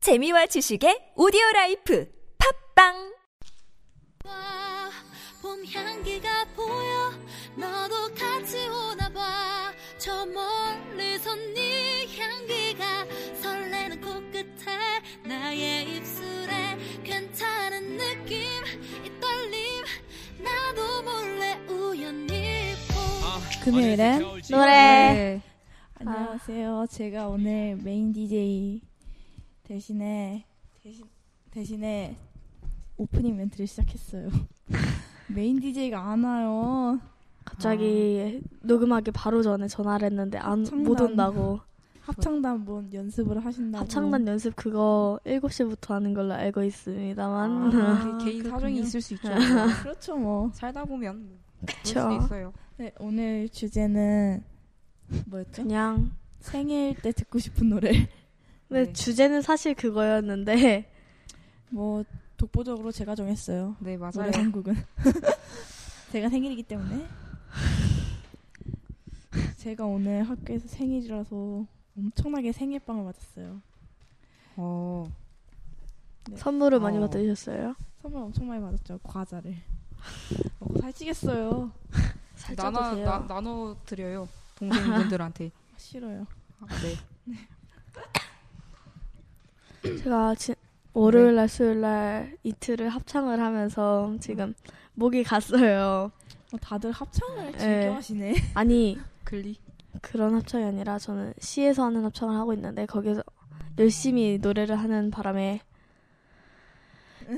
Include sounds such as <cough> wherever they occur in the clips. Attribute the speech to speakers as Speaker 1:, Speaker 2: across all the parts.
Speaker 1: 재미와 지식의 오디오 라이프 팝빵
Speaker 2: 봐. 봄 향기가 보여 너도 같이 오나 봐저 멀리서 네 향기가 설레는 코끝에 나의 입술에 괜찮은 느낌 이 떨림 나도 몰래 우연히 봄
Speaker 3: 아, 네.
Speaker 4: 금요일엔
Speaker 3: 노래
Speaker 4: 안녕하세요. 제가 오늘 메인 DJ 대신에 대신 대신에 오프닝 멘트를 시작했어요. <laughs> 메인 DJ가 안 와요.
Speaker 3: 갑자기 녹음하기 바로 전에 전화를 했는데 안 못
Speaker 4: 청담.
Speaker 3: 온다고 아,
Speaker 4: 합창단 뭐 연습을 하신다고.
Speaker 3: 합창단 연습 그거 7시부터 하는 걸로 알고 있습니다만
Speaker 5: 아,
Speaker 4: 그
Speaker 5: 개인 사정이 있을 수 있죠.
Speaker 4: <laughs> 그렇죠 뭐.
Speaker 5: 살다 보면 뭐 그럴
Speaker 3: 그쵸.
Speaker 5: 수도 있어요.
Speaker 4: 네, 오늘 주제는 뭐였죠?
Speaker 3: 그냥
Speaker 4: 생일 때 듣고 싶은 노래.
Speaker 3: 근데
Speaker 5: 네.
Speaker 3: 주제는 사실 그거였는데 <laughs>
Speaker 4: 뭐 독보적으로 제가 정했어요.
Speaker 5: 네 맞아요.
Speaker 4: 노래 선곡은 <laughs> 제가 생일이기 때문에 제가 오늘 학교에서 생일이라서 엄청나게 생일빵을 맞았어요.
Speaker 5: 어
Speaker 4: 네.
Speaker 3: 선물을 많이
Speaker 5: 어.
Speaker 3: 받으셨어요?
Speaker 4: 선물 엄청 많이 받았죠. 과자를 먹고 살찌겠어요.
Speaker 3: 살짝
Speaker 5: 나눠
Speaker 3: 드세요.
Speaker 5: 나, 나눠 드려요 동생분들한테.
Speaker 4: 아, 싫어요.
Speaker 5: 아, 네.
Speaker 3: 제가 지,
Speaker 5: 네.
Speaker 3: 월요일 날 수요일 날 이틀을 합창을 하면서
Speaker 5: 음.
Speaker 3: 지금 목이 갔어요.
Speaker 4: 어, 다들 합창을
Speaker 3: 네.
Speaker 5: <laughs>
Speaker 4: 즐겨하시네.
Speaker 3: 아니
Speaker 5: 글리.
Speaker 3: 그런 합창이 아니라 저는 시에서 하는 합창을 하고 있는데 거기서 열심히 노래를 하는 바람에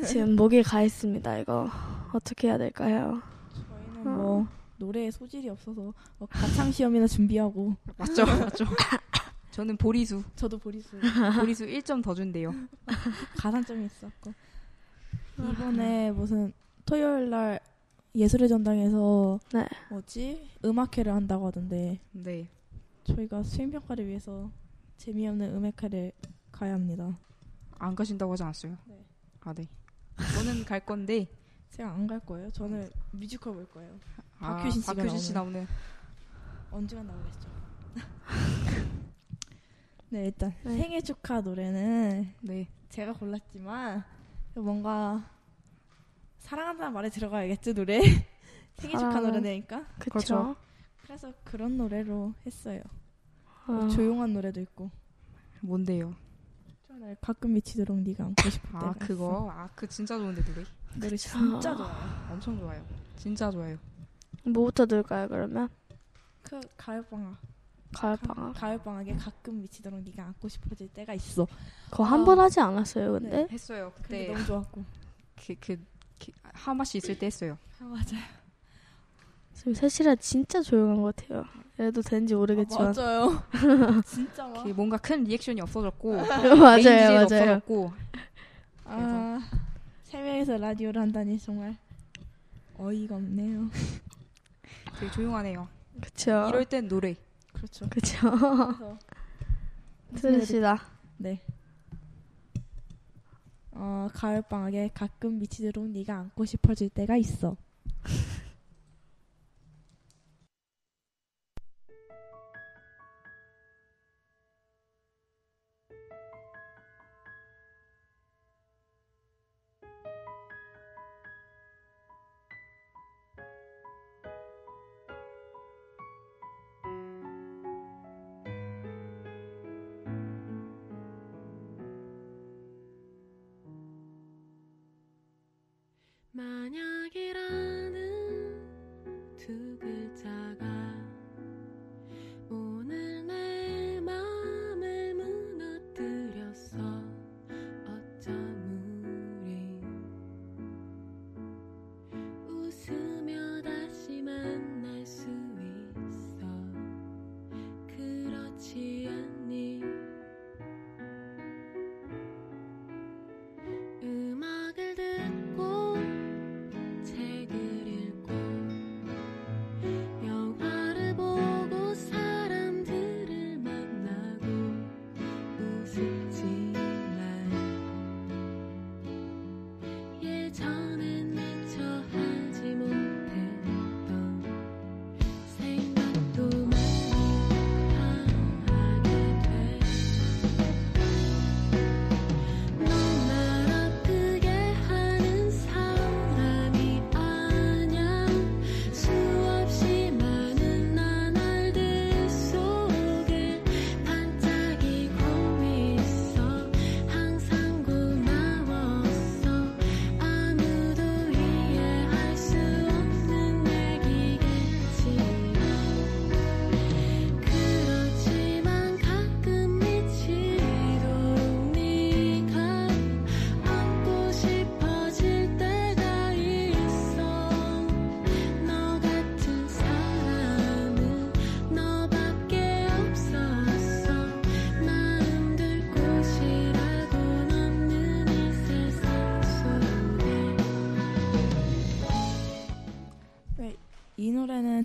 Speaker 3: 지금 목이 가 있습니다. 이거 어떻게 해야 될까요?
Speaker 4: 저희는
Speaker 5: 어.
Speaker 4: 뭐 노래에 소질이 없어서 뭐 가창 시험이나 준비하고
Speaker 5: 맞죠 맞죠. 저는 보리수
Speaker 4: 저도 보리수
Speaker 5: 보리수 1점 더 준대요.
Speaker 4: 가산점이 있었고
Speaker 3: 아,
Speaker 4: 이번에 무슨 토요일 날 예술의 전당에서
Speaker 3: 네.
Speaker 4: 뭐지 음악회를 한다고 하던데
Speaker 5: 네.
Speaker 4: 저희가 수행 평가를 위해서 재미없는 음악회를 가야 합니다.
Speaker 5: 안 가신다고 하지 않았어요.
Speaker 4: 네.
Speaker 5: 네. 아 네. 저는 갈 건데
Speaker 4: 제가 안 갈 거예요. 저는 뮤지컬 볼 거예요.
Speaker 5: 아,
Speaker 4: 박효신 씨가
Speaker 5: 박효신 씨 나오는
Speaker 4: 언젠간 나오겠죠. <laughs> 네 일단
Speaker 3: 네.
Speaker 4: 생일 축하 노래는
Speaker 5: 네.
Speaker 4: 제가 골랐지만 뭔가 사랑한다는 말에 들어가야겠죠 노래 <laughs> 생일 축하
Speaker 3: 사랑은-
Speaker 4: 노래니까
Speaker 3: 그렇죠.
Speaker 4: 그래서 그런 노래로 했어요.
Speaker 3: 어,
Speaker 4: 조용한 노래도 있고.
Speaker 5: 뭔데요?
Speaker 4: 날 가끔 미치도록 네가 안고 싶을 때가
Speaker 5: 아
Speaker 4: 있어.
Speaker 5: 그거 아 그 진짜 좋은데 노래
Speaker 4: 노래 진짜 좋아요.
Speaker 5: 엄청 좋아요. 진짜 좋아요.
Speaker 3: 뭐부터 들까요? 그러면
Speaker 4: 그 가을 방학.
Speaker 3: 가을 방학.
Speaker 4: 가을 방학에 가끔 미치도록 네가 안고 싶어질 때가 있어.
Speaker 3: 그거 한 번 하지 않았어요, 근데?
Speaker 5: 했어요
Speaker 4: 그게
Speaker 5: 그때
Speaker 4: 너무 좋았고.
Speaker 5: 그 그 하마 씨 있을 때 했어요.
Speaker 4: <laughs> 아, 맞아요.
Speaker 3: 지금 셋이라 진짜 조용한 것 같아요. 이래도 되는지 모르겠지만.
Speaker 4: 맞아요. <laughs> 진짜 막.
Speaker 5: 그 뭔가 큰 리액션이
Speaker 3: <laughs>
Speaker 5: 없어졌고
Speaker 3: 맞아요,
Speaker 5: 개인지도
Speaker 3: 맞아요.
Speaker 5: 없어졌고
Speaker 4: 아, 세 명이서 라디오를 한다니 정말 어이가 없네요.
Speaker 5: 되게 조용하네요.
Speaker 3: 그쵸.
Speaker 5: 이럴 땐 노래.
Speaker 4: 그렇죠.
Speaker 3: <laughs> 그쵸.
Speaker 4: 그래서 무슨 노래
Speaker 3: 들읍시다.
Speaker 4: 네. 어, 가을 방학에 가끔 미치도록 네가 안고 싶어질 때가 있어.
Speaker 2: 만약이란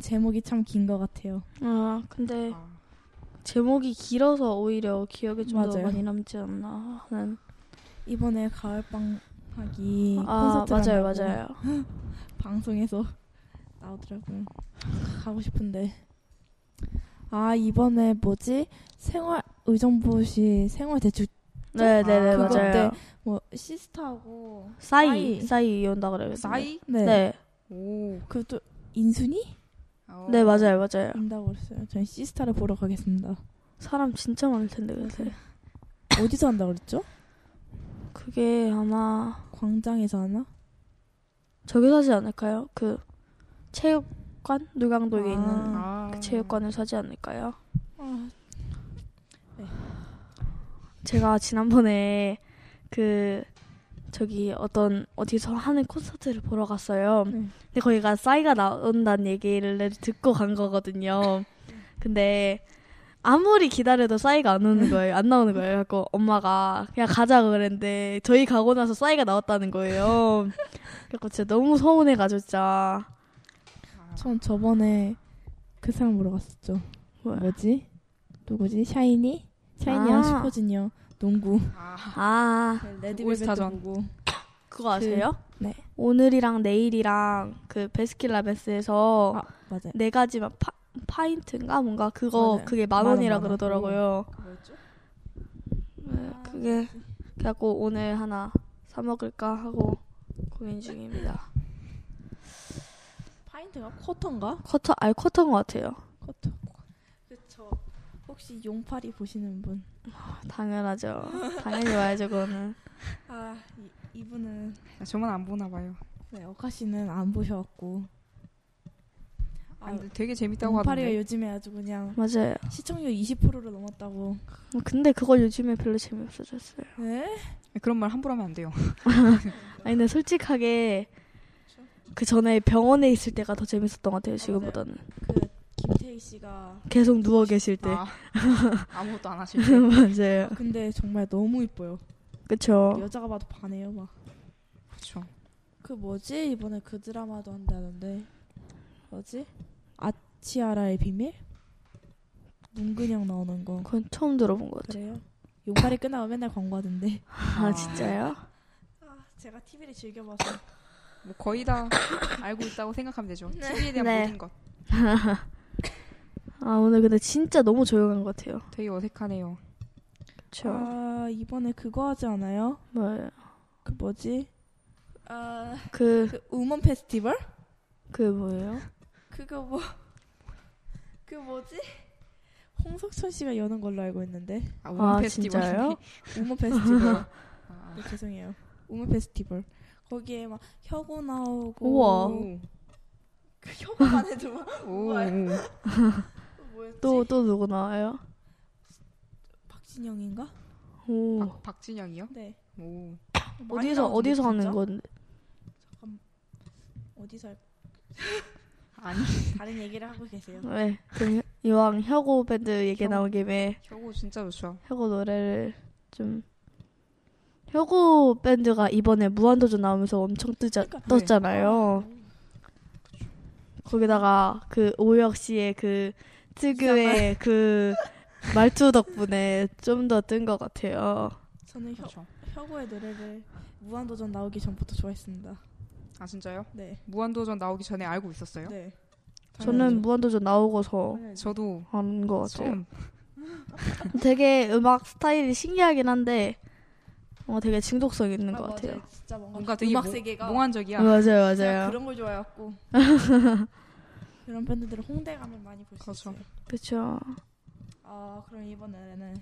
Speaker 4: 제목이 참 긴 것 같아요.
Speaker 3: 아 근데
Speaker 5: 아,
Speaker 3: 제목이 길어서 오히려 기억에 좀 더
Speaker 4: 맞아요.
Speaker 3: 많이 남지 않나 하는
Speaker 4: 이번에 가을방 하기
Speaker 3: 아
Speaker 4: 콘서트
Speaker 3: 맞아요 맞아요
Speaker 4: 방송에서 <laughs> 나오더라고요. 가고 싶은데. 아 이번에 뭐지 생활 의정부시 생활 대출
Speaker 3: 네네네
Speaker 5: 그거
Speaker 3: 맞아요
Speaker 4: 때 뭐 시스타하고
Speaker 3: 싸이 싸이 온다 그래요
Speaker 5: 싸이?
Speaker 4: 네네
Speaker 3: 네네
Speaker 5: 오.
Speaker 4: 그것도 인순이
Speaker 5: 어.
Speaker 3: 네, 맞아요 맞아요
Speaker 4: 온다고 그랬어요. 저희 시스타를 보러 가겠습니다.
Speaker 3: 사람 진짜 많을 텐데 그래서
Speaker 4: 어디서 한다 그랬죠?
Speaker 3: 그게 아마
Speaker 4: 광장에서 하나?
Speaker 3: 저기서 하지 않을까요 그 체육관 물강도에 있는
Speaker 5: 아.
Speaker 3: 그 체육관을 사지 않을까요?
Speaker 4: 아,
Speaker 3: 제가 지난번에 그 저기 어떤 어디서 하는 콘서트를 보러 갔어요.
Speaker 4: 네.
Speaker 3: 근데 거기가 싸이가 나온다는 얘기를 듣고 간 거거든요. 근데 아무리 기다려도 싸이가 안 오는 거예요. 안 나오는 거예요. 그래서 엄마가 그냥 가자 그랬는데 저희 가고 나서 싸이가 나왔다는 거예요. 그래서 진짜 너무 서운해가지고 진짜
Speaker 4: 전 저번에 그 사람 보러 갔었죠.
Speaker 3: 뭐야?
Speaker 4: 뭐지? 누구지? 샤이니? 샤이니랑
Speaker 3: 아.
Speaker 4: 슈퍼주니어 농구.
Speaker 5: 아.
Speaker 3: 아
Speaker 5: 레드벨벳 뭐, 올스타전.
Speaker 4: 농구.
Speaker 3: 그거 아세요?
Speaker 4: 네.
Speaker 3: 오늘이랑 내일이랑 그 베스킨라빈스에서
Speaker 4: 아 맞아요.
Speaker 3: 네 가지 막 파, 파인트인가 뭔가 그거
Speaker 4: 맞아요.
Speaker 3: 그게 만
Speaker 4: 만 원,
Speaker 3: 원이라
Speaker 4: 만 원.
Speaker 3: 그러더라고요.
Speaker 5: 뭐였죠?
Speaker 3: 네, 그게 그래갖고 오늘 하나 사 먹을까 하고 고민 중입니다.
Speaker 4: 파인트가 쿼터인가?
Speaker 3: 쿼터 아니 쿼터인 것 같아요.
Speaker 4: 쿼터. 그쵸. 혹시 용팔이 보시는 분?
Speaker 3: <laughs> 당연하죠. 당연히 와야죠 그거는.
Speaker 4: 아 이, 분은
Speaker 5: 아, 저만 안 보나 봐요.
Speaker 4: 네 어카 씨는 안 보셔갖고.
Speaker 5: 아, 근데 되게 재밌다고
Speaker 4: 용팔이가
Speaker 5: 하던데.
Speaker 4: 요즘에 아주 그냥
Speaker 3: 맞아요.
Speaker 4: 시청률 20%를 넘었다고.
Speaker 3: 근데 그거 요즘에 별로 재미없어졌어요.
Speaker 4: 네?
Speaker 5: 그런 말 함부로 하면 안 돼요.
Speaker 3: 아니 근데 솔직하게 그 전에 병원에 있을 때가 더 재밌었던 것 같아요 지금보다는.
Speaker 4: 그 김태희 씨가.
Speaker 3: 계속 누워 계실 때. <laughs>
Speaker 5: <laughs> 아, 아무것도 안 하실 때.
Speaker 3: 맞아요.
Speaker 4: 근데 정말 너무 이뻐요.
Speaker 5: 어?
Speaker 3: 그쵸.
Speaker 4: 여자가 봐도 반해요 막.
Speaker 5: 그렇죠.
Speaker 4: 그 뭐지 이번에 그 드라마도 한다던데 뭐지 아치아라의 비밀 문근영 나오는 거
Speaker 3: 그건 처음 들어본 것 같아요.
Speaker 4: 그래요 용팔이 끝나고 맨날 광고하던데
Speaker 3: 아 진짜요?
Speaker 4: 아 제가 TV를 즐겨봐서
Speaker 5: 뭐 거의 <laughs> 다 알고 있다고 생각하면 되죠. TV에 대한
Speaker 3: 네.
Speaker 5: 모든 것.
Speaker 3: 아 오늘 근데 진짜 너무 조용한 것 같아요.
Speaker 5: 되게 어색하네요.
Speaker 3: 그쵸.
Speaker 4: 아 이번에 그거 하지 않아요
Speaker 3: 뭐예요?
Speaker 4: 그 뭐지 아그
Speaker 3: 그,
Speaker 4: 우먼 페스티벌
Speaker 3: 그 뭐예요?
Speaker 4: 그거 뭐 그 뭐지 홍석천 씨가 여는 걸로 알고 있는데
Speaker 5: 아,
Speaker 3: 아,
Speaker 4: 음,
Speaker 5: 원 페스티벌.
Speaker 4: <laughs>
Speaker 3: 진짜요?
Speaker 4: 우먼 페스티벌
Speaker 5: 아,
Speaker 4: 네, 죄송해요 우먼 페스티벌 거기에 막 혁오 나오고
Speaker 3: 우와.
Speaker 5: 오.
Speaker 4: 그 혁오만 해도 막 <laughs>
Speaker 5: 오.
Speaker 4: 뭐였지?
Speaker 3: 또,
Speaker 4: 또
Speaker 3: 또 누구 나와요?
Speaker 4: 박진영인가?
Speaker 3: 오.
Speaker 5: 아, 박, 박진영이요?
Speaker 4: 네.
Speaker 5: 오.
Speaker 4: 아, 많이
Speaker 3: 어디서,
Speaker 4: 나오던데,
Speaker 3: 어디서 하는
Speaker 4: 진짜?
Speaker 3: 건데?
Speaker 4: 어디서 할까?
Speaker 5: 아니,
Speaker 4: 다른 얘기를 하고 계세요.
Speaker 3: 왜? 그, 이왕 혁오 밴드 얘기
Speaker 5: 혁오.
Speaker 3: 나온 김에
Speaker 5: 혁오 진짜 좋죠.
Speaker 3: 혁오 노래를 좀. 혁오 밴드가 이번에 무한도전 나오면서 엄청 뜨자,
Speaker 4: 그러니까, 네.
Speaker 3: 떴잖아요. 거기다가 그 오혁 씨의 그
Speaker 4: <laughs>
Speaker 3: 특유의 그 말투 덕분에 좀 더 뜬 것 같아요.
Speaker 4: 저는 혁,
Speaker 5: 그렇죠.
Speaker 4: 혁오의 노래를 무한도전 나오기 전부터 좋아했습니다.
Speaker 5: 아, 진짜요?
Speaker 4: 네.
Speaker 5: 무한도전 나오기 전에 알고 있었어요?
Speaker 4: 네.
Speaker 3: 저는 무한도전 나오고서
Speaker 5: 저도
Speaker 3: 한 것 같아요.
Speaker 5: 처음.
Speaker 3: 되게 음악 스타일이 신기하긴 한데 어, 되게 중독성 있는 것 같아요.
Speaker 4: 진짜 뭔가,
Speaker 5: 뭔가 되게
Speaker 4: 음악
Speaker 5: 몽-
Speaker 4: 세계가
Speaker 5: 몽환적이야.
Speaker 3: 맞아요,
Speaker 4: 제가
Speaker 3: 맞아요.
Speaker 4: 그런
Speaker 3: <laughs>
Speaker 4: 걸 좋아했고 이런 밴드들은 홍대 가면 많이 볼 수
Speaker 5: 그렇죠.
Speaker 4: 있어요.
Speaker 3: 그렇죠.
Speaker 4: 아 그럼 이번 노래는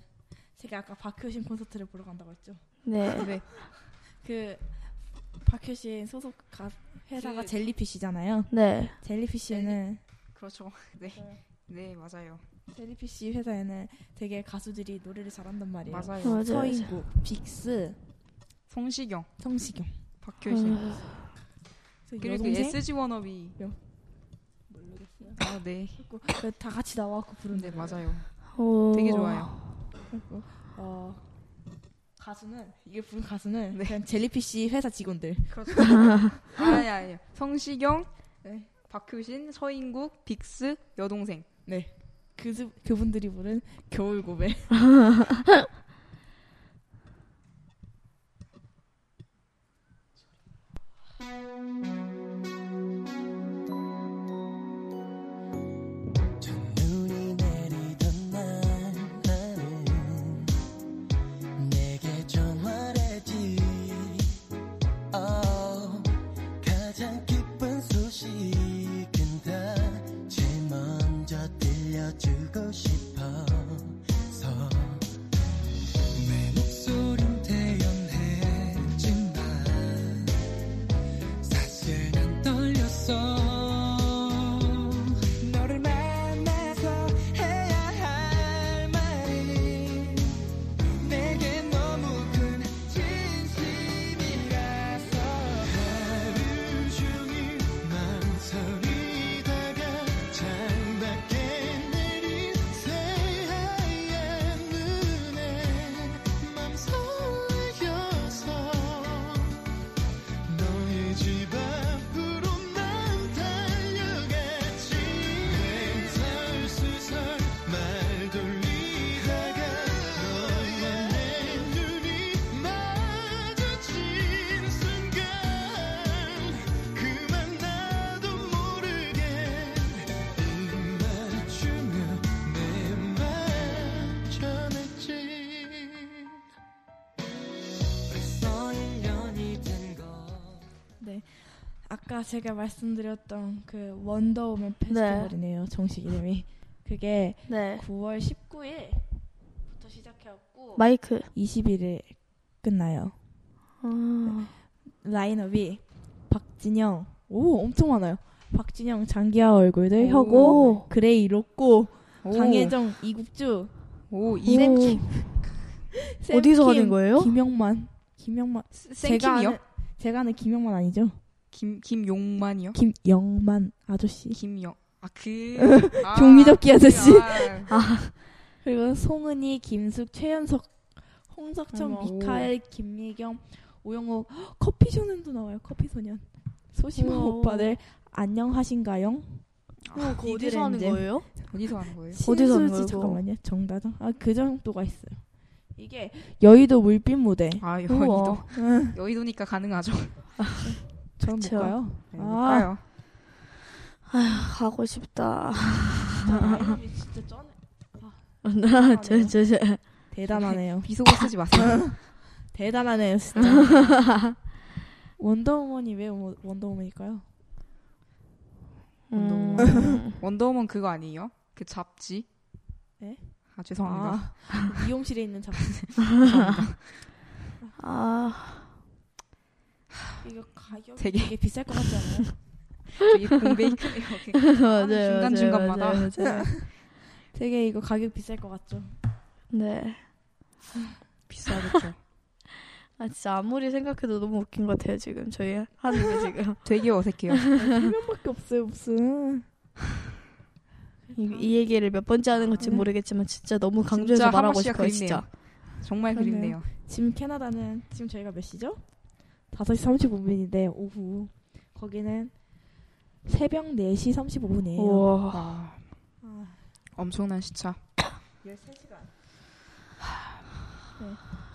Speaker 4: 제가 아까 박효신 콘서트를 보러 간다고 했죠.
Speaker 3: 네,
Speaker 5: 네.
Speaker 4: 그 박효신 소속 가, 회사가
Speaker 5: 그-
Speaker 4: 젤리피쉬잖아요.
Speaker 3: 네,
Speaker 4: 젤리피쉬는
Speaker 5: 그렇죠. <laughs> 네. 네, 맞아요.
Speaker 4: 젤리피쉬 회사에는 되게 가수들이 노래를 잘한단 말이에요.
Speaker 5: 맞아요.
Speaker 3: 맞아요. 맞아요.
Speaker 4: 서인국, 빅스,
Speaker 5: 성시경,
Speaker 4: 성시경.
Speaker 5: 박효신.
Speaker 4: 그래서
Speaker 5: 그리고
Speaker 4: 어. 여동생?
Speaker 5: SG 워너비.
Speaker 4: 모르겠어요.
Speaker 5: 아, 네.
Speaker 4: 그리고 다 같이 나와갖고 부르는데
Speaker 5: 네, 맞아요.
Speaker 3: 오.
Speaker 5: 되게 좋아요.
Speaker 4: 어, 네. 가수는 이게 부른 가수는
Speaker 5: <laughs>
Speaker 4: 그냥 젤리피쉬 회사 직원들.
Speaker 5: 아, 그렇죠. 아니, 아니요. 성시경,
Speaker 4: 네.
Speaker 5: 박효신, 서인국, 빅스, 여동생.
Speaker 4: 그 수- 그분들이 부른 겨울 고백.
Speaker 6: 눈이 내리던 날 나는 내게 전화했지 Oh, 가장 기쁜 소식은 다제 먼저 들려주고 싶어서 내 목소린 태연했지만 사실 난 떨렸어 너를 만나서 해야 할 말이 내게 너무 큰 진심이라서 하루 종일 망설이다가 창밖에 내린 새하얀 눈에 맘 설레여서 너의 집 앞으로 난 달려갔지 횡설수설 말 돌리다가 너와 내 눈이 마주친 순간 그만 나도 모르게 입맞추며 내맘 전했지 벌써 1년이 된거
Speaker 4: 아까 제가 말씀드렸던 그 원더우먼 페스티벌이네요. 정식 이름이. 그게
Speaker 3: 네.
Speaker 4: 9월 19일부터 시작해갖고
Speaker 3: 마이크.
Speaker 4: 20일에 끝나요.
Speaker 3: 아,
Speaker 4: 라인업이 박진영. 오 엄청 많아요. 박진영 장기하 얼굴들 혁오
Speaker 3: 오.
Speaker 4: 그레이 로꼬
Speaker 5: 오.
Speaker 4: 강혜정 이국주
Speaker 5: 오, 이
Speaker 3: 오.
Speaker 4: 샘
Speaker 3: 어디서
Speaker 4: 킴,
Speaker 3: 하는 거예요?
Speaker 4: 김영만. 김영만. 제가
Speaker 5: 생킴이요?
Speaker 4: 아는, 제가 아는 김영만 아니죠?
Speaker 5: 김 김용만이요?
Speaker 4: 김영만 아저씨.
Speaker 5: 김영. 아,
Speaker 4: <laughs>
Speaker 5: 그 아,
Speaker 4: 종이접기 아저씨.
Speaker 5: 아,
Speaker 4: <laughs> 그리고 송은이, 김숙, 최연석, 홍석천,
Speaker 5: 어머.
Speaker 4: 미카엘, 김미경, 오영호 <gasps> 헉, 커피소년도 나와요. 커피소년. 소심한
Speaker 3: 우와.
Speaker 4: 오빠들 안녕하신가요?
Speaker 5: 아,
Speaker 3: 그거 어디서 하는
Speaker 4: 이들의
Speaker 3: 거예요?
Speaker 5: 어디서 하는 거예요?
Speaker 3: 어디서 하는 거예요,
Speaker 4: 신수지,
Speaker 3: 그거?
Speaker 4: 잠깐만요. 정다정. 아 그 정도가 있어요. 이게 여의도 물빛 무대.
Speaker 5: 아, 여의도.
Speaker 3: 우와.
Speaker 5: 여의도니까 가능하죠.
Speaker 4: 저는 못
Speaker 3: 그쵸.
Speaker 4: 가요.
Speaker 5: 네,
Speaker 4: 아.
Speaker 5: 볼까요?
Speaker 3: 아, 가고 싶다.
Speaker 4: 아, 이름이 진짜 쩌네.
Speaker 3: 저, 저, 저.
Speaker 4: 대단하네요.
Speaker 5: 비속어
Speaker 4: <laughs>
Speaker 5: 쓰지 마세요.
Speaker 4: 대단하네요, 진짜. <laughs> 원더우먼이 왜 원- 원더우먼일까요?
Speaker 3: 음.
Speaker 5: 원더우먼 그거 아니에요? 그 잡지?
Speaker 4: 네?
Speaker 5: 아, 죄송합니다.
Speaker 4: 아, 미용실에 있는 잡지.
Speaker 3: 아,
Speaker 4: <laughs> 이거 가격이
Speaker 5: 되게-
Speaker 4: 되게, 비쌀 것 같지 않아요?
Speaker 3: <laughs>
Speaker 5: 되게 공백이에요.
Speaker 3: <laughs> 맞아요.
Speaker 5: 중간중간마다.
Speaker 3: <laughs> 맞아요, 맞아요.
Speaker 4: 되게 이거 가격 비쌀 것 같죠?
Speaker 3: 네.
Speaker 5: 비싸겠죠.
Speaker 3: 아, 진짜 아무리 생각해도 너무 웃긴 것 같아요, 지금. 저희 하는 게 지금.
Speaker 5: 되게 어색해요.
Speaker 4: <laughs> 밖에 없어요 무슨.
Speaker 3: 이, 이 얘기를 몇 번째 하는 건지
Speaker 4: 네.
Speaker 3: 모르겠지만, 진짜 너무 강조해서
Speaker 5: 진짜
Speaker 3: 말하고
Speaker 5: 하마씨가
Speaker 3: 싶어요, 진짜.
Speaker 5: 정말
Speaker 4: 그러네요.
Speaker 5: 그립네요.
Speaker 4: 지금 캐나다는 지금 저희가 몇 시죠? 5시 35분인데 오후 거기는 새벽 4시 35분이에요.
Speaker 3: 우와.
Speaker 5: 와, 엄청난 시차.
Speaker 4: 13시간.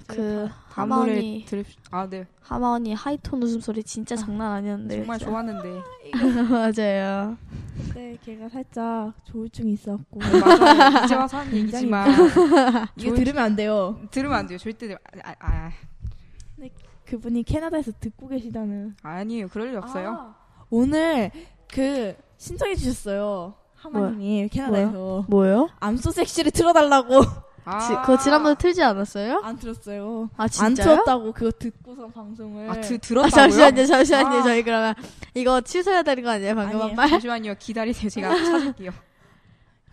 Speaker 3: 그,
Speaker 5: 다음
Speaker 3: 하마니,
Speaker 5: 노래 들읍. 아, 네.
Speaker 3: 하마니 하이톤 웃음소리 진짜 장난 아니었는데.
Speaker 5: 정말
Speaker 3: 네, 진짜.
Speaker 5: 좋았는데.
Speaker 3: 맞아요.
Speaker 4: 그때 네, 걔가 살짝 조울증이 <laughs> 있었고.
Speaker 5: 맞아요. 이제 와서 한 얘기지만 <laughs>
Speaker 4: 이거 들으면 안 돼요.
Speaker 5: 들으면 안 돼요. 절대 아, 아,
Speaker 4: 그분이 캐나다에서 듣고 계시다는.
Speaker 5: 아, 니에요 그럴 리 없어요.
Speaker 4: 아, 오늘 그 신청해 주셨어요. 하마님이 캐나다에서
Speaker 3: 뭐요?
Speaker 4: 암소 섹시를 틀어달라고
Speaker 5: 아,
Speaker 3: 지, 그거 지난번에 틀지 않았어요?
Speaker 4: <laughs> 안 들었어요.
Speaker 3: 아,
Speaker 4: 안
Speaker 3: 진짜요?
Speaker 4: 틀었다고 그거 듣고서 방송을.
Speaker 5: 아, 드,
Speaker 3: 아,
Speaker 5: 들었다고요?
Speaker 3: 잠시만요, 잠시만요.
Speaker 5: 아.
Speaker 3: 저희 그러면 이거 취소해야 되는 거 아니에요? 방금 한
Speaker 4: 아니에요.
Speaker 3: 말?
Speaker 5: 잠시만요. 기다리세요. 제가 찾을게요.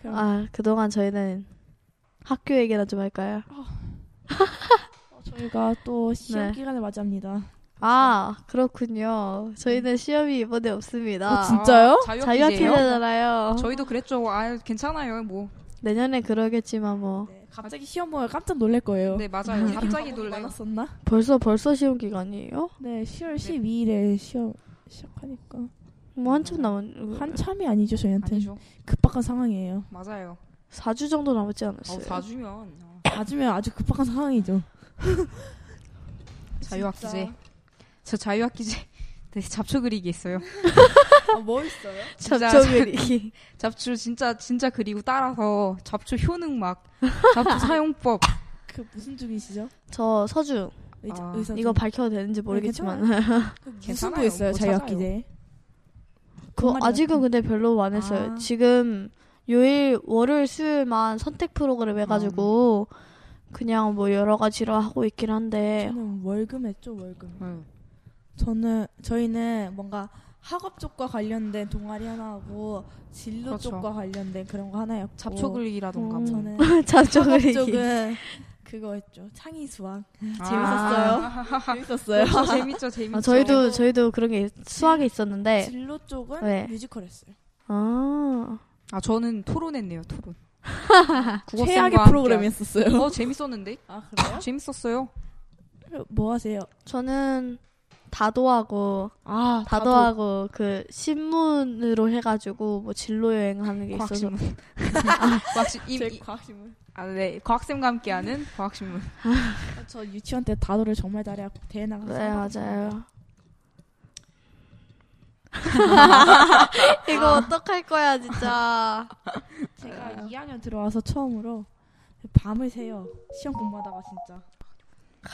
Speaker 4: 그럼
Speaker 3: 아, 그동안 저희는 학교 얘기나 좀 할까요?
Speaker 4: 어, 저희가 또 시험
Speaker 3: 네.
Speaker 4: 기간을 맞이합니다.
Speaker 3: 아, 그렇군요. 저희는 시험이 이번에 없습니다.
Speaker 4: 어, 진짜? 진짜요?
Speaker 5: 아, 자유학기제예요?
Speaker 3: 자유학기잖아요.
Speaker 5: 저희도 그랬죠. 아, 괜찮아요. 뭐.
Speaker 3: 내년에 그러겠지만 뭐
Speaker 4: 네, 갑자기 시험 보면 깜짝 놀랄 거예요.
Speaker 5: 네, 맞아요. <laughs> 갑자기 놀래요.
Speaker 4: 많았었나?
Speaker 3: 벌써 벌써 시험 기간이에요?
Speaker 4: 네, 10월 12일에 시험 시작하니까.
Speaker 3: 뭐 한참 남은
Speaker 4: 한참이 아니죠 저희한테
Speaker 5: 아니죠.
Speaker 4: 급박한 상황이에요
Speaker 5: 맞아요.
Speaker 3: 4주 정도 남았지
Speaker 5: 어,
Speaker 3: 않았어요. <laughs>
Speaker 5: 4주면 어,
Speaker 4: 맞으면 아주 급박한 <laughs> 상황이죠
Speaker 5: 자유학기제. 저 자유학기제 <laughs> 되게 잡초 그리기 있어요.
Speaker 4: 아뭐 있어요?
Speaker 5: 진짜
Speaker 3: 접촉이
Speaker 5: 잡초 진짜 진짜 그리고 따라서 잡초 효능 막 <laughs> 잡초 사용법
Speaker 4: 그 무슨 중이시죠?
Speaker 3: 저 서주
Speaker 4: 의자,
Speaker 5: 아,
Speaker 4: 의사
Speaker 3: 이거
Speaker 4: 중.
Speaker 3: 밝혀도 되는지 모르겠지만
Speaker 4: 그 무슨 거
Speaker 5: 괜찮아요.
Speaker 4: 있어요
Speaker 5: 뭐
Speaker 4: 자유학기제
Speaker 3: <laughs> 그거
Speaker 4: 동아리
Speaker 3: 아직은
Speaker 4: 같은
Speaker 3: 근데 별로 안 했어요.
Speaker 4: 아.
Speaker 3: 지금 요일 월요일 수요일만 선택 프로그램 해가지고 그냥 뭐 여러 가지로 하고 있긴 한데
Speaker 4: 저는 월금 했죠 월금
Speaker 5: 응.
Speaker 4: 네. 저는 저희는 뭔가 학업 쪽과 관련된 동아리 하나 하고 진로
Speaker 5: 그렇죠.
Speaker 4: 쪽과 관련된 그런 거 하나였고
Speaker 5: 잡초 그리기라던가 뭐.
Speaker 4: 저는
Speaker 3: <laughs>
Speaker 5: <laughs>
Speaker 3: 자쪽을
Speaker 4: 학업 쪽은 그거 했죠 창의 수학
Speaker 5: <laughs>
Speaker 4: 재밌었어요 재밌었어요
Speaker 5: 아, 재밌죠, 재밌죠.
Speaker 3: 아, 저희도 저희도 그런 게 수학에 있었는데
Speaker 4: 진로 쪽은
Speaker 3: 네.
Speaker 4: 뮤지컬 했어요
Speaker 3: 아
Speaker 5: 아 저는 토론했네요,
Speaker 4: <laughs>
Speaker 5: 토론. 국어
Speaker 4: 최악의
Speaker 5: 쌤과
Speaker 4: 프로그램
Speaker 5: 함께한-
Speaker 4: 했었어요 <laughs>
Speaker 5: 어 재밌었는데
Speaker 4: 아 그래요?
Speaker 5: 재밌었어요.
Speaker 4: 뭐 하세요?
Speaker 3: 저는 다도하고
Speaker 4: 아
Speaker 3: 다도하고 그 신문으로 해가지고 뭐 진로 여행하는 게 있어서
Speaker 5: 과학신문. <laughs> 과학신 임, 이-
Speaker 4: 그 과학신문
Speaker 5: 아, 네. 과학쌤과 함께하는 과학신문.
Speaker 4: 저 유치원 때 다도를 정말 잘해갖고 대회 나가서
Speaker 3: 네 맞아요. <laughs> 이거 어떡할 거야 진짜.
Speaker 4: 제가 2학년 들어와서 처음으로 밤을 새요 시험 공부하다가 진짜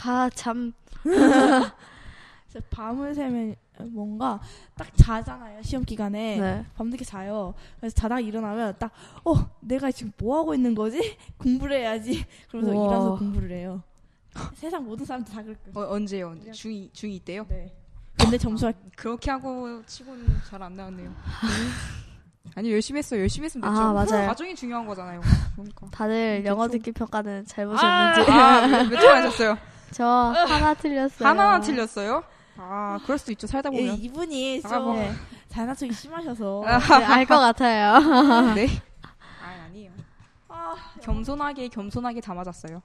Speaker 3: 아참
Speaker 4: 진짜 밤을 새면 뭔가 딱 자잖아요 시험 기간에
Speaker 3: 네.
Speaker 4: 밤늦게 자요 그래서 자다가 일어나면 딱 어 내가 지금 뭐 하고 있는 거지 <laughs> 공부를 해야지 그러면서
Speaker 3: 우와.
Speaker 4: 일어나서 공부를 해요 <laughs> 세상 모든 사람들 다 그럴 거예요
Speaker 5: 어, 언제요? 언제? 중2, 중2 때요?
Speaker 4: 네 근데 점수가
Speaker 5: 그렇게 하고 치고는 잘 안 <laughs> 나왔네요. 아니 열심히 했어요. 열심히 했으면
Speaker 3: 아,
Speaker 5: 됐죠.
Speaker 3: 맞아요.
Speaker 5: 과정이 중요한 거잖아요. 그러니까.
Speaker 3: 다들 영어 듣기 평가는 잘 보셨는지 <laughs>
Speaker 5: 아몇점 하셨어요?
Speaker 3: 저 하나 틀렸어요.
Speaker 5: 하나만 틀렸어요? 아 그럴 수도 있죠. 살다
Speaker 4: 예,
Speaker 5: 보면.
Speaker 4: 이분이 좀
Speaker 5: 아, 뭐.
Speaker 4: 네. 자나촉이 심하셔서
Speaker 3: 아, 네, 알것 같아요. <laughs>
Speaker 5: 네. <laughs> 아 아니에요. 겸손하게 겸손하게 다 맞았어요.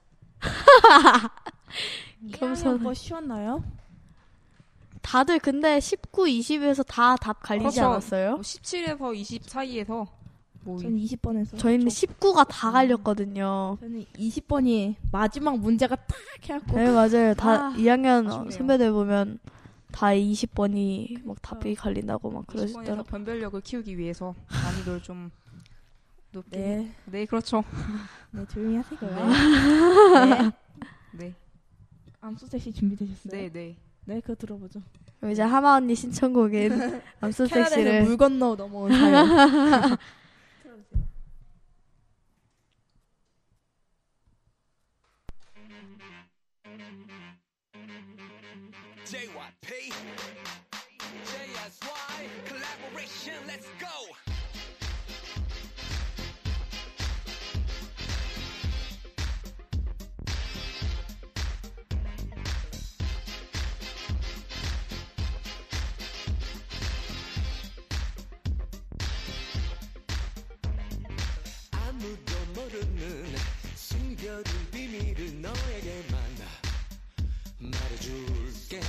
Speaker 3: 겸손해.
Speaker 4: 겸손 뭐 쉬웠나요?
Speaker 3: 다들 근데 19, 20에서 다 답 갈리지
Speaker 5: 그렇죠.
Speaker 3: 않았어요?
Speaker 5: 뭐 17에서 20 사이에서 뭐
Speaker 4: 저는 20번에서
Speaker 3: 저희는 19가 다 갈렸거든요.
Speaker 4: 저는 20번이 마지막 문제가 딱 해갖고
Speaker 3: 네 맞아요. 다
Speaker 4: 아,
Speaker 3: 2학년
Speaker 5: 아쉽네요.
Speaker 3: 선배들 보면 다 20번이 막 어. 답이 갈린다고 막
Speaker 5: 20번에서
Speaker 3: 그러시더라고요.
Speaker 5: 변별력을 키우기 위해서 난이도를 좀 높게. 네,
Speaker 4: 네,
Speaker 5: <laughs> 그렇죠.
Speaker 4: 네 조용히 하세요. 네.
Speaker 5: 네,
Speaker 4: 암소세시 준비되셨어요?
Speaker 5: 네, 네.
Speaker 4: 네, 그거 들어보죠.
Speaker 3: 그럼 이제 하마 언니 신청곡인 암소
Speaker 4: 캐나다에서
Speaker 3: 섹시를
Speaker 4: 물 건너 넘어온 사연.
Speaker 6: JYP JSY collaboration let's go 아무도 모르는 숨겨둔 비밀을 너에게만 말해줄게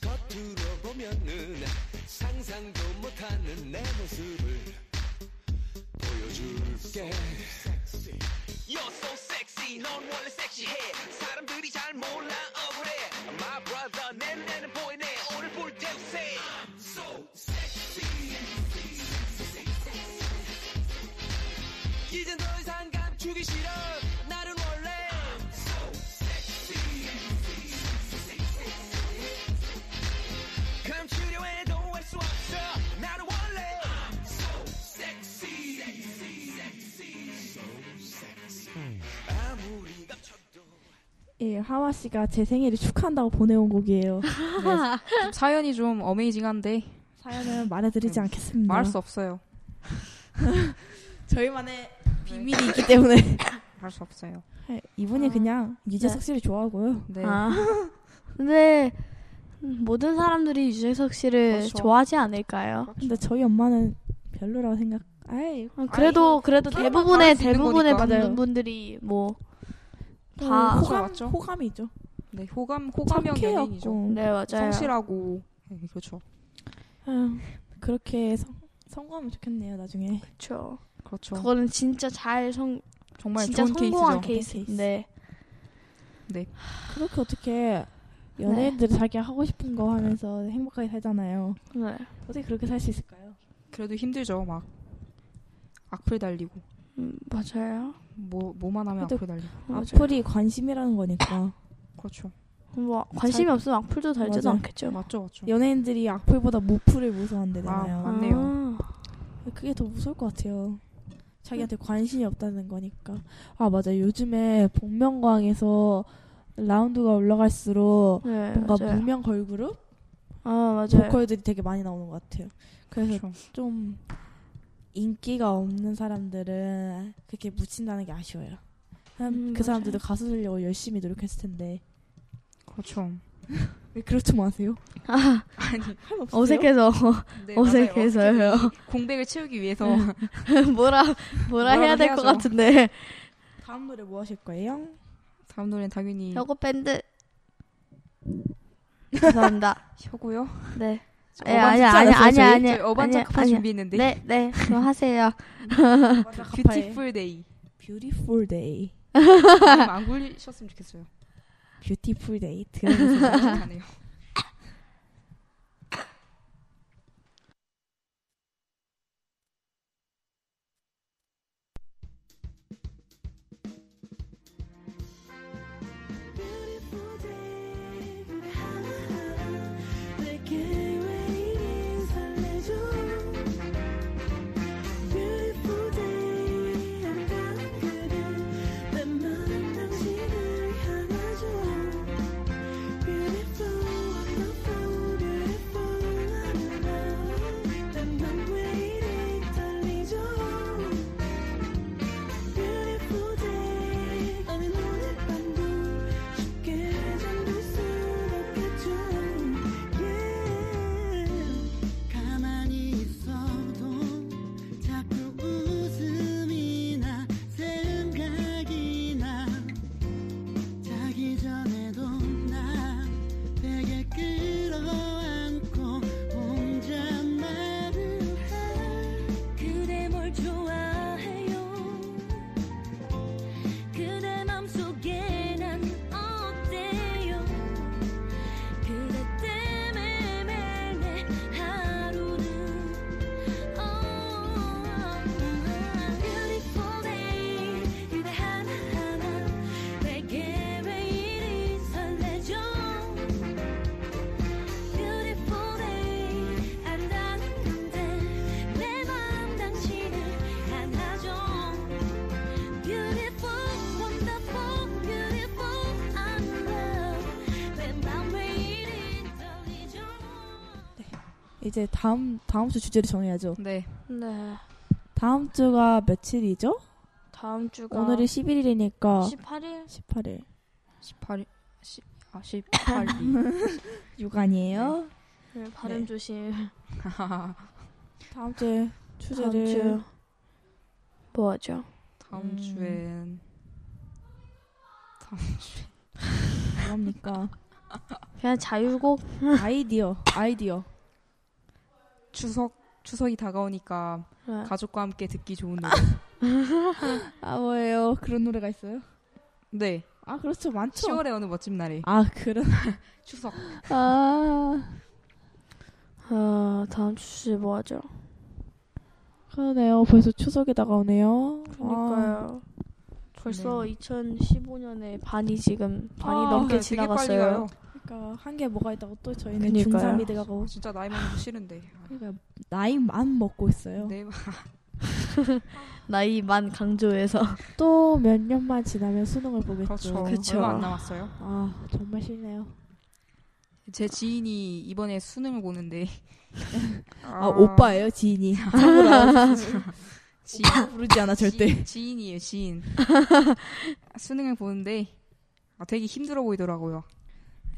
Speaker 6: 겉으로 보면은 상상도 못하는 내 모습을 보여줄게 You're so sexy 넌 원래 섹시해 사람들이 잘 몰라 억울해 My brother 내 눈에는 보이네 오늘 볼 때우세 I'm so sexy 이젠 더 이상 감추기 싫어 나는 원래 so sexy. 감추려 해도 할 수 없어 나는 원래 so sexy. 아무리 감춰도
Speaker 4: 예, 하와 씨가 제 생일을 축하한다고 보내온 곡이에요.
Speaker 5: 좀 사연이 좀 어메이징한데
Speaker 4: 사연은 말해드리지 않겠습니다.
Speaker 3: 뭐.
Speaker 5: 말할 수 없어요.
Speaker 3: <laughs>
Speaker 4: 저희만의 비밀이 있기 때문에
Speaker 5: <laughs> 말할 수 없어요.
Speaker 4: 네, 이분이 그냥 유재석 씨를 좋아하고요.
Speaker 5: 네.
Speaker 3: 아. 근데 모든 사람들이 유재석 씨를
Speaker 5: 그렇죠.
Speaker 3: 좋아하지 않을까요?
Speaker 4: 근데 저희 엄마는 별로라고 생각. 아이,
Speaker 3: 아, 그래도 그래도
Speaker 5: 서로가
Speaker 3: 대부분의
Speaker 5: 좋아할 수 있는
Speaker 3: 대부분의
Speaker 5: 거니까.
Speaker 3: 받는
Speaker 4: 맞아요.
Speaker 3: 분들이 뭐네 다
Speaker 4: 다 어, 호감,
Speaker 5: 맞죠?
Speaker 4: 호감이죠. 음,
Speaker 5: 네, 호감 호감형
Speaker 4: 착해갖고.
Speaker 3: 네.
Speaker 5: 연예인이죠.
Speaker 3: 어, 맞아요.
Speaker 5: 성실하고 네, 그렇죠.
Speaker 4: 아, 아휴, 그렇게 성, 성공하면 좋겠네요 나중에.
Speaker 3: 그렇죠.
Speaker 5: 그렇죠.
Speaker 3: 그거는 진짜 잘 성,
Speaker 5: 정말
Speaker 3: 진짜
Speaker 5: 좋은
Speaker 3: 성공한
Speaker 5: 케이스죠.
Speaker 4: 케이스죠.
Speaker 3: 케이스인데 네.
Speaker 4: 그렇게 어떻게
Speaker 3: 네.
Speaker 4: 연예인들이 자기 가 하고 싶은 거 하면서 행복하게 살잖아요.
Speaker 3: 네.
Speaker 4: 어떻게 그렇게 살 수 있을까요?
Speaker 5: 그래도 힘들죠. 막 악플 달리고
Speaker 3: 음, 맞아요.
Speaker 5: 뭐 뭐만 하면
Speaker 4: 그래도-
Speaker 5: 악플 달리고.
Speaker 3: 맞아요.
Speaker 4: 악플이 관심이라는 거니까
Speaker 5: 그렇죠.
Speaker 3: 뭐 관심이 없으면 악플도 달지도
Speaker 4: 맞아요.
Speaker 3: 않겠죠.
Speaker 5: 맞죠, 맞죠.
Speaker 3: 네.
Speaker 4: 연예인들이 악플보다 무플을 무서워한대잖아요.
Speaker 5: 아, 맞네요.
Speaker 3: 아,
Speaker 4: 그게 더 무서울 것 같아요.
Speaker 3: 음.
Speaker 4: 자기한테 관심이 없다는 거니까. 아 맞아. 요즘에 복면가왕에서 라운드가 올라갈수록
Speaker 3: 네,
Speaker 4: 뭔가
Speaker 3: 맞아요.
Speaker 4: 무명 걸그룹
Speaker 3: 아, 맞아요.
Speaker 4: 보컬들이 되게 많이 나오는 것 같아요. 그래서
Speaker 5: 그렇죠.
Speaker 4: 좀 인기가 없는 사람들은 그렇게 묻힌다는 게 아쉬워요. 한-
Speaker 3: 음,
Speaker 4: 그
Speaker 3: 맞아요.
Speaker 4: 사람들도 가수 되려고 열심히 노력했을 텐데
Speaker 5: 그렇죠.
Speaker 4: 왜 그렇지 마세요?
Speaker 3: 아,
Speaker 5: 아니,
Speaker 4: 할말 <laughs> 없어요?
Speaker 3: 어색해서
Speaker 5: 네,
Speaker 3: 어색해서요. 네.
Speaker 5: 맞아요. 어떻게든 이 공백을 채우기 위해서
Speaker 3: <laughs> 뭐라 뭐라 해야 될 것
Speaker 5: 해야죠.
Speaker 3: 같은데.
Speaker 4: 다음 노래 뭐 하실 거예요?
Speaker 5: <laughs> 다음 노래는 당연히
Speaker 3: 혁오
Speaker 5: <laughs>
Speaker 3: 밴드. 감사합니다.
Speaker 5: 혀고요.
Speaker 3: 네.
Speaker 5: 저
Speaker 3: 예,
Speaker 5: 어반
Speaker 3: 아니야,
Speaker 5: 잡지
Speaker 3: 아니야,
Speaker 5: 않았어요,
Speaker 3: 아니야,
Speaker 5: 저희?
Speaker 3: 아니야.
Speaker 5: 저희 어반
Speaker 3: 아니야,
Speaker 5: 자카파
Speaker 3: 아니야.
Speaker 5: 준비했는데.
Speaker 3: 네, 네. 그럼 하세요. 아,
Speaker 4: 그
Speaker 5: 뷰티풀
Speaker 3: <laughs>
Speaker 5: 데이.
Speaker 4: 뷰티풀 데이
Speaker 5: 안 굴리셨으면
Speaker 3: <laughs>
Speaker 5: 좋겠어요.
Speaker 4: 뷰티풀 데이
Speaker 5: 솔직하네요.
Speaker 2: Beautiful day, 그래 하나하나 내게 왜 이리 설레죠 Beautiful day, 아름다운 그대 내 마음 당신을 향하죠 Beautiful, wonderful, beautiful, 아름다워 내맘왜 이리 떨리죠 Beautiful day, 어린 오늘 밤도 쉽게 잠들 수 없겠죠. Yeah. 가만히 있어도 자꾸 웃음이 나, 생각이 나. 자기 전에도 나 되게 끌어안고 혼자 말을 해 그대 뭘 좋아해요 그대 맘속에 난 어때요 그대 때문에 매일 내 하루는 Beautiful day 그대 하나하나 내게 왜 이리 설레죠 Beautiful day 아름다운 그대 내 마음 당신을 안아줘 Beautiful, wonderful, beautiful, I'm in love 내 맘에 이리 떨리죠
Speaker 4: 이제 다음 다음 주 주제를 정해야죠.
Speaker 5: 네.
Speaker 3: 네.
Speaker 4: 다음 주가 며칠이죠?
Speaker 3: 다음 주가
Speaker 4: 오늘이 11일이니까
Speaker 3: 18일
Speaker 4: 18일
Speaker 5: 18일 10, 아 <laughs> 18일.
Speaker 4: 육안이에요.
Speaker 3: 네, 발음
Speaker 4: 네.
Speaker 3: 조심.
Speaker 4: 다음 주에
Speaker 3: 다음
Speaker 4: 주제를
Speaker 3: 주 뭐하죠?
Speaker 5: 다음
Speaker 4: 음.
Speaker 5: 주엔 다음 주
Speaker 4: 뭐합니까?
Speaker 3: 그냥 자유곡.
Speaker 4: 아이디어 아이디어
Speaker 5: 추석 추석이 다가오니까
Speaker 3: 네.
Speaker 5: 가족과 함께 듣기 좋은 노래.
Speaker 4: 아 뭐예요? 그런 노래가 있어요?
Speaker 5: 네.
Speaker 4: 아 그렇죠 많죠.
Speaker 5: 10월의 어느 멋진 날에
Speaker 4: 아 그런
Speaker 5: 추석.
Speaker 4: 아
Speaker 3: 아, 다음 주에 뭐하죠?
Speaker 4: 그러네요. 벌써 추석이 다가오네요. 아,
Speaker 3: 그러니까요. 아, 벌써 2015년의 반이 지금 반이
Speaker 4: 아,
Speaker 3: 넘게
Speaker 5: 네, 되게 빨리
Speaker 3: 지나갔어요.
Speaker 5: 가요.
Speaker 4: 아, 그러니까 한 개 뭐가 있다고 또 저희는
Speaker 3: 그러니까요.
Speaker 4: 중3이 돼가고
Speaker 5: 어, 진짜 나이 먹는 거 싫은데.
Speaker 4: 그러니까 나이만 먹고 있어요.
Speaker 5: 네.
Speaker 3: 나이 만 강조해서 <laughs>
Speaker 4: 또 몇 년만 지나면 수능을 보겠죠.
Speaker 5: 그렇죠.
Speaker 3: 그쵸.
Speaker 5: 얼마 안 남았어요.
Speaker 4: 아 정말 싫네요.
Speaker 5: 제 지인이 이번에 수능을 보는데
Speaker 4: 아,
Speaker 3: <laughs>
Speaker 4: 오빠예요 지인이. 참고로 알아주세요.
Speaker 5: <laughs> 지인
Speaker 4: 오빠 부르지 않아 절대.
Speaker 5: 지, 지인이에요 지인 수능을 보는데 아, 되게 힘들어 보이더라고요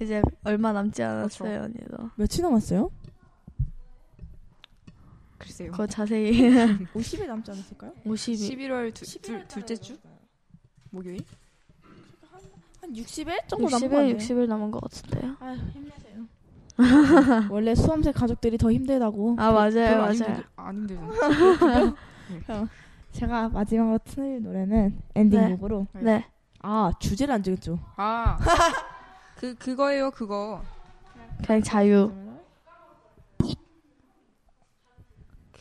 Speaker 3: 이제 얼마 남지
Speaker 5: 그렇죠.
Speaker 3: 않았어요,
Speaker 5: 음.
Speaker 3: 언니도.
Speaker 4: 며칠 남았어요?
Speaker 5: 글쎄요
Speaker 3: 그거 자세히 <laughs>
Speaker 4: 50일 남지 않았을까요?
Speaker 3: 50일.
Speaker 5: 11월 두, 둘, 둘째 주 목요일
Speaker 4: 한 60일 정도 남은 거
Speaker 3: 60일,
Speaker 4: 아니에요?
Speaker 3: 60일 남은 것 같은데요.
Speaker 4: 아유 힘내세요. <laughs> 원래 수험생 가족들이 더 힘들다고.
Speaker 3: 아 맞아요
Speaker 5: 별로 안
Speaker 3: 맞아요.
Speaker 5: 힘들 안 힘들잖아.
Speaker 4: 제가 마지막으로 틀 노래는 엔딩곡으로.
Speaker 3: 네.
Speaker 4: 아 주제를 안 정했죠.
Speaker 5: 아. 그 그거예요, 그거.
Speaker 3: 그냥 자유.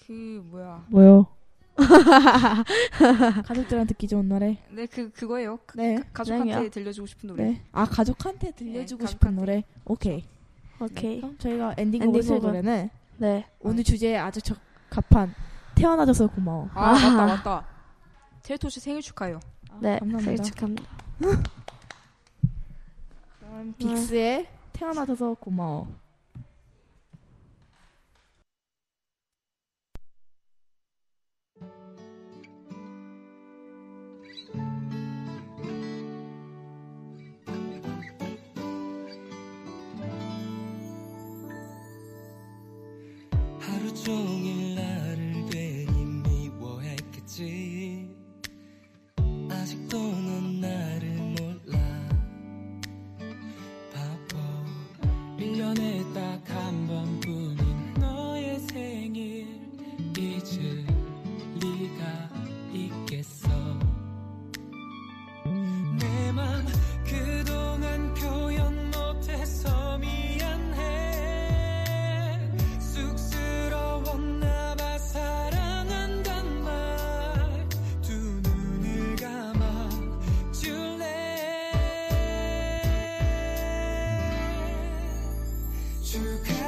Speaker 5: 그 뭐야?
Speaker 4: 뭐요? <laughs> 가족들한테 듣기 좋은 노래.
Speaker 5: 네, 그 그거예요. 그,
Speaker 4: 네.
Speaker 5: 가족한테
Speaker 3: 그냥이야.
Speaker 5: 들려주고 싶은 노래.
Speaker 4: 네. 아 가족한테 들려주고
Speaker 5: 네,
Speaker 4: 싶은
Speaker 5: 가족한테.
Speaker 4: 노래. 오케이.
Speaker 3: 오케이.
Speaker 4: 그럼 저희가 엔딩곡으로 쓸
Speaker 3: 엔딩곡은-
Speaker 4: 노래는
Speaker 3: 네.
Speaker 4: 오늘 주제에 아주 적합한 태어나줘서 고마워.
Speaker 5: 아, 맞다, 맞다. 테토씨 생일 축하해요.
Speaker 3: 네.
Speaker 4: 감사합니다.
Speaker 3: 생일 축하합니다.
Speaker 4: 그럼 빅스의 태어나줘서 고마워.
Speaker 7: 하루 종일 나를 괜히 미워했겠지 아직도 넌 나를 몰라 바보 1년에 딱 한 번뿐인 너의 생일 잊을 리가 있겠어 내 맘 그동안 표현 못해서 미안해 쑥스러웠나봐 사랑한단 말 두 눈을 감아 줄래 축하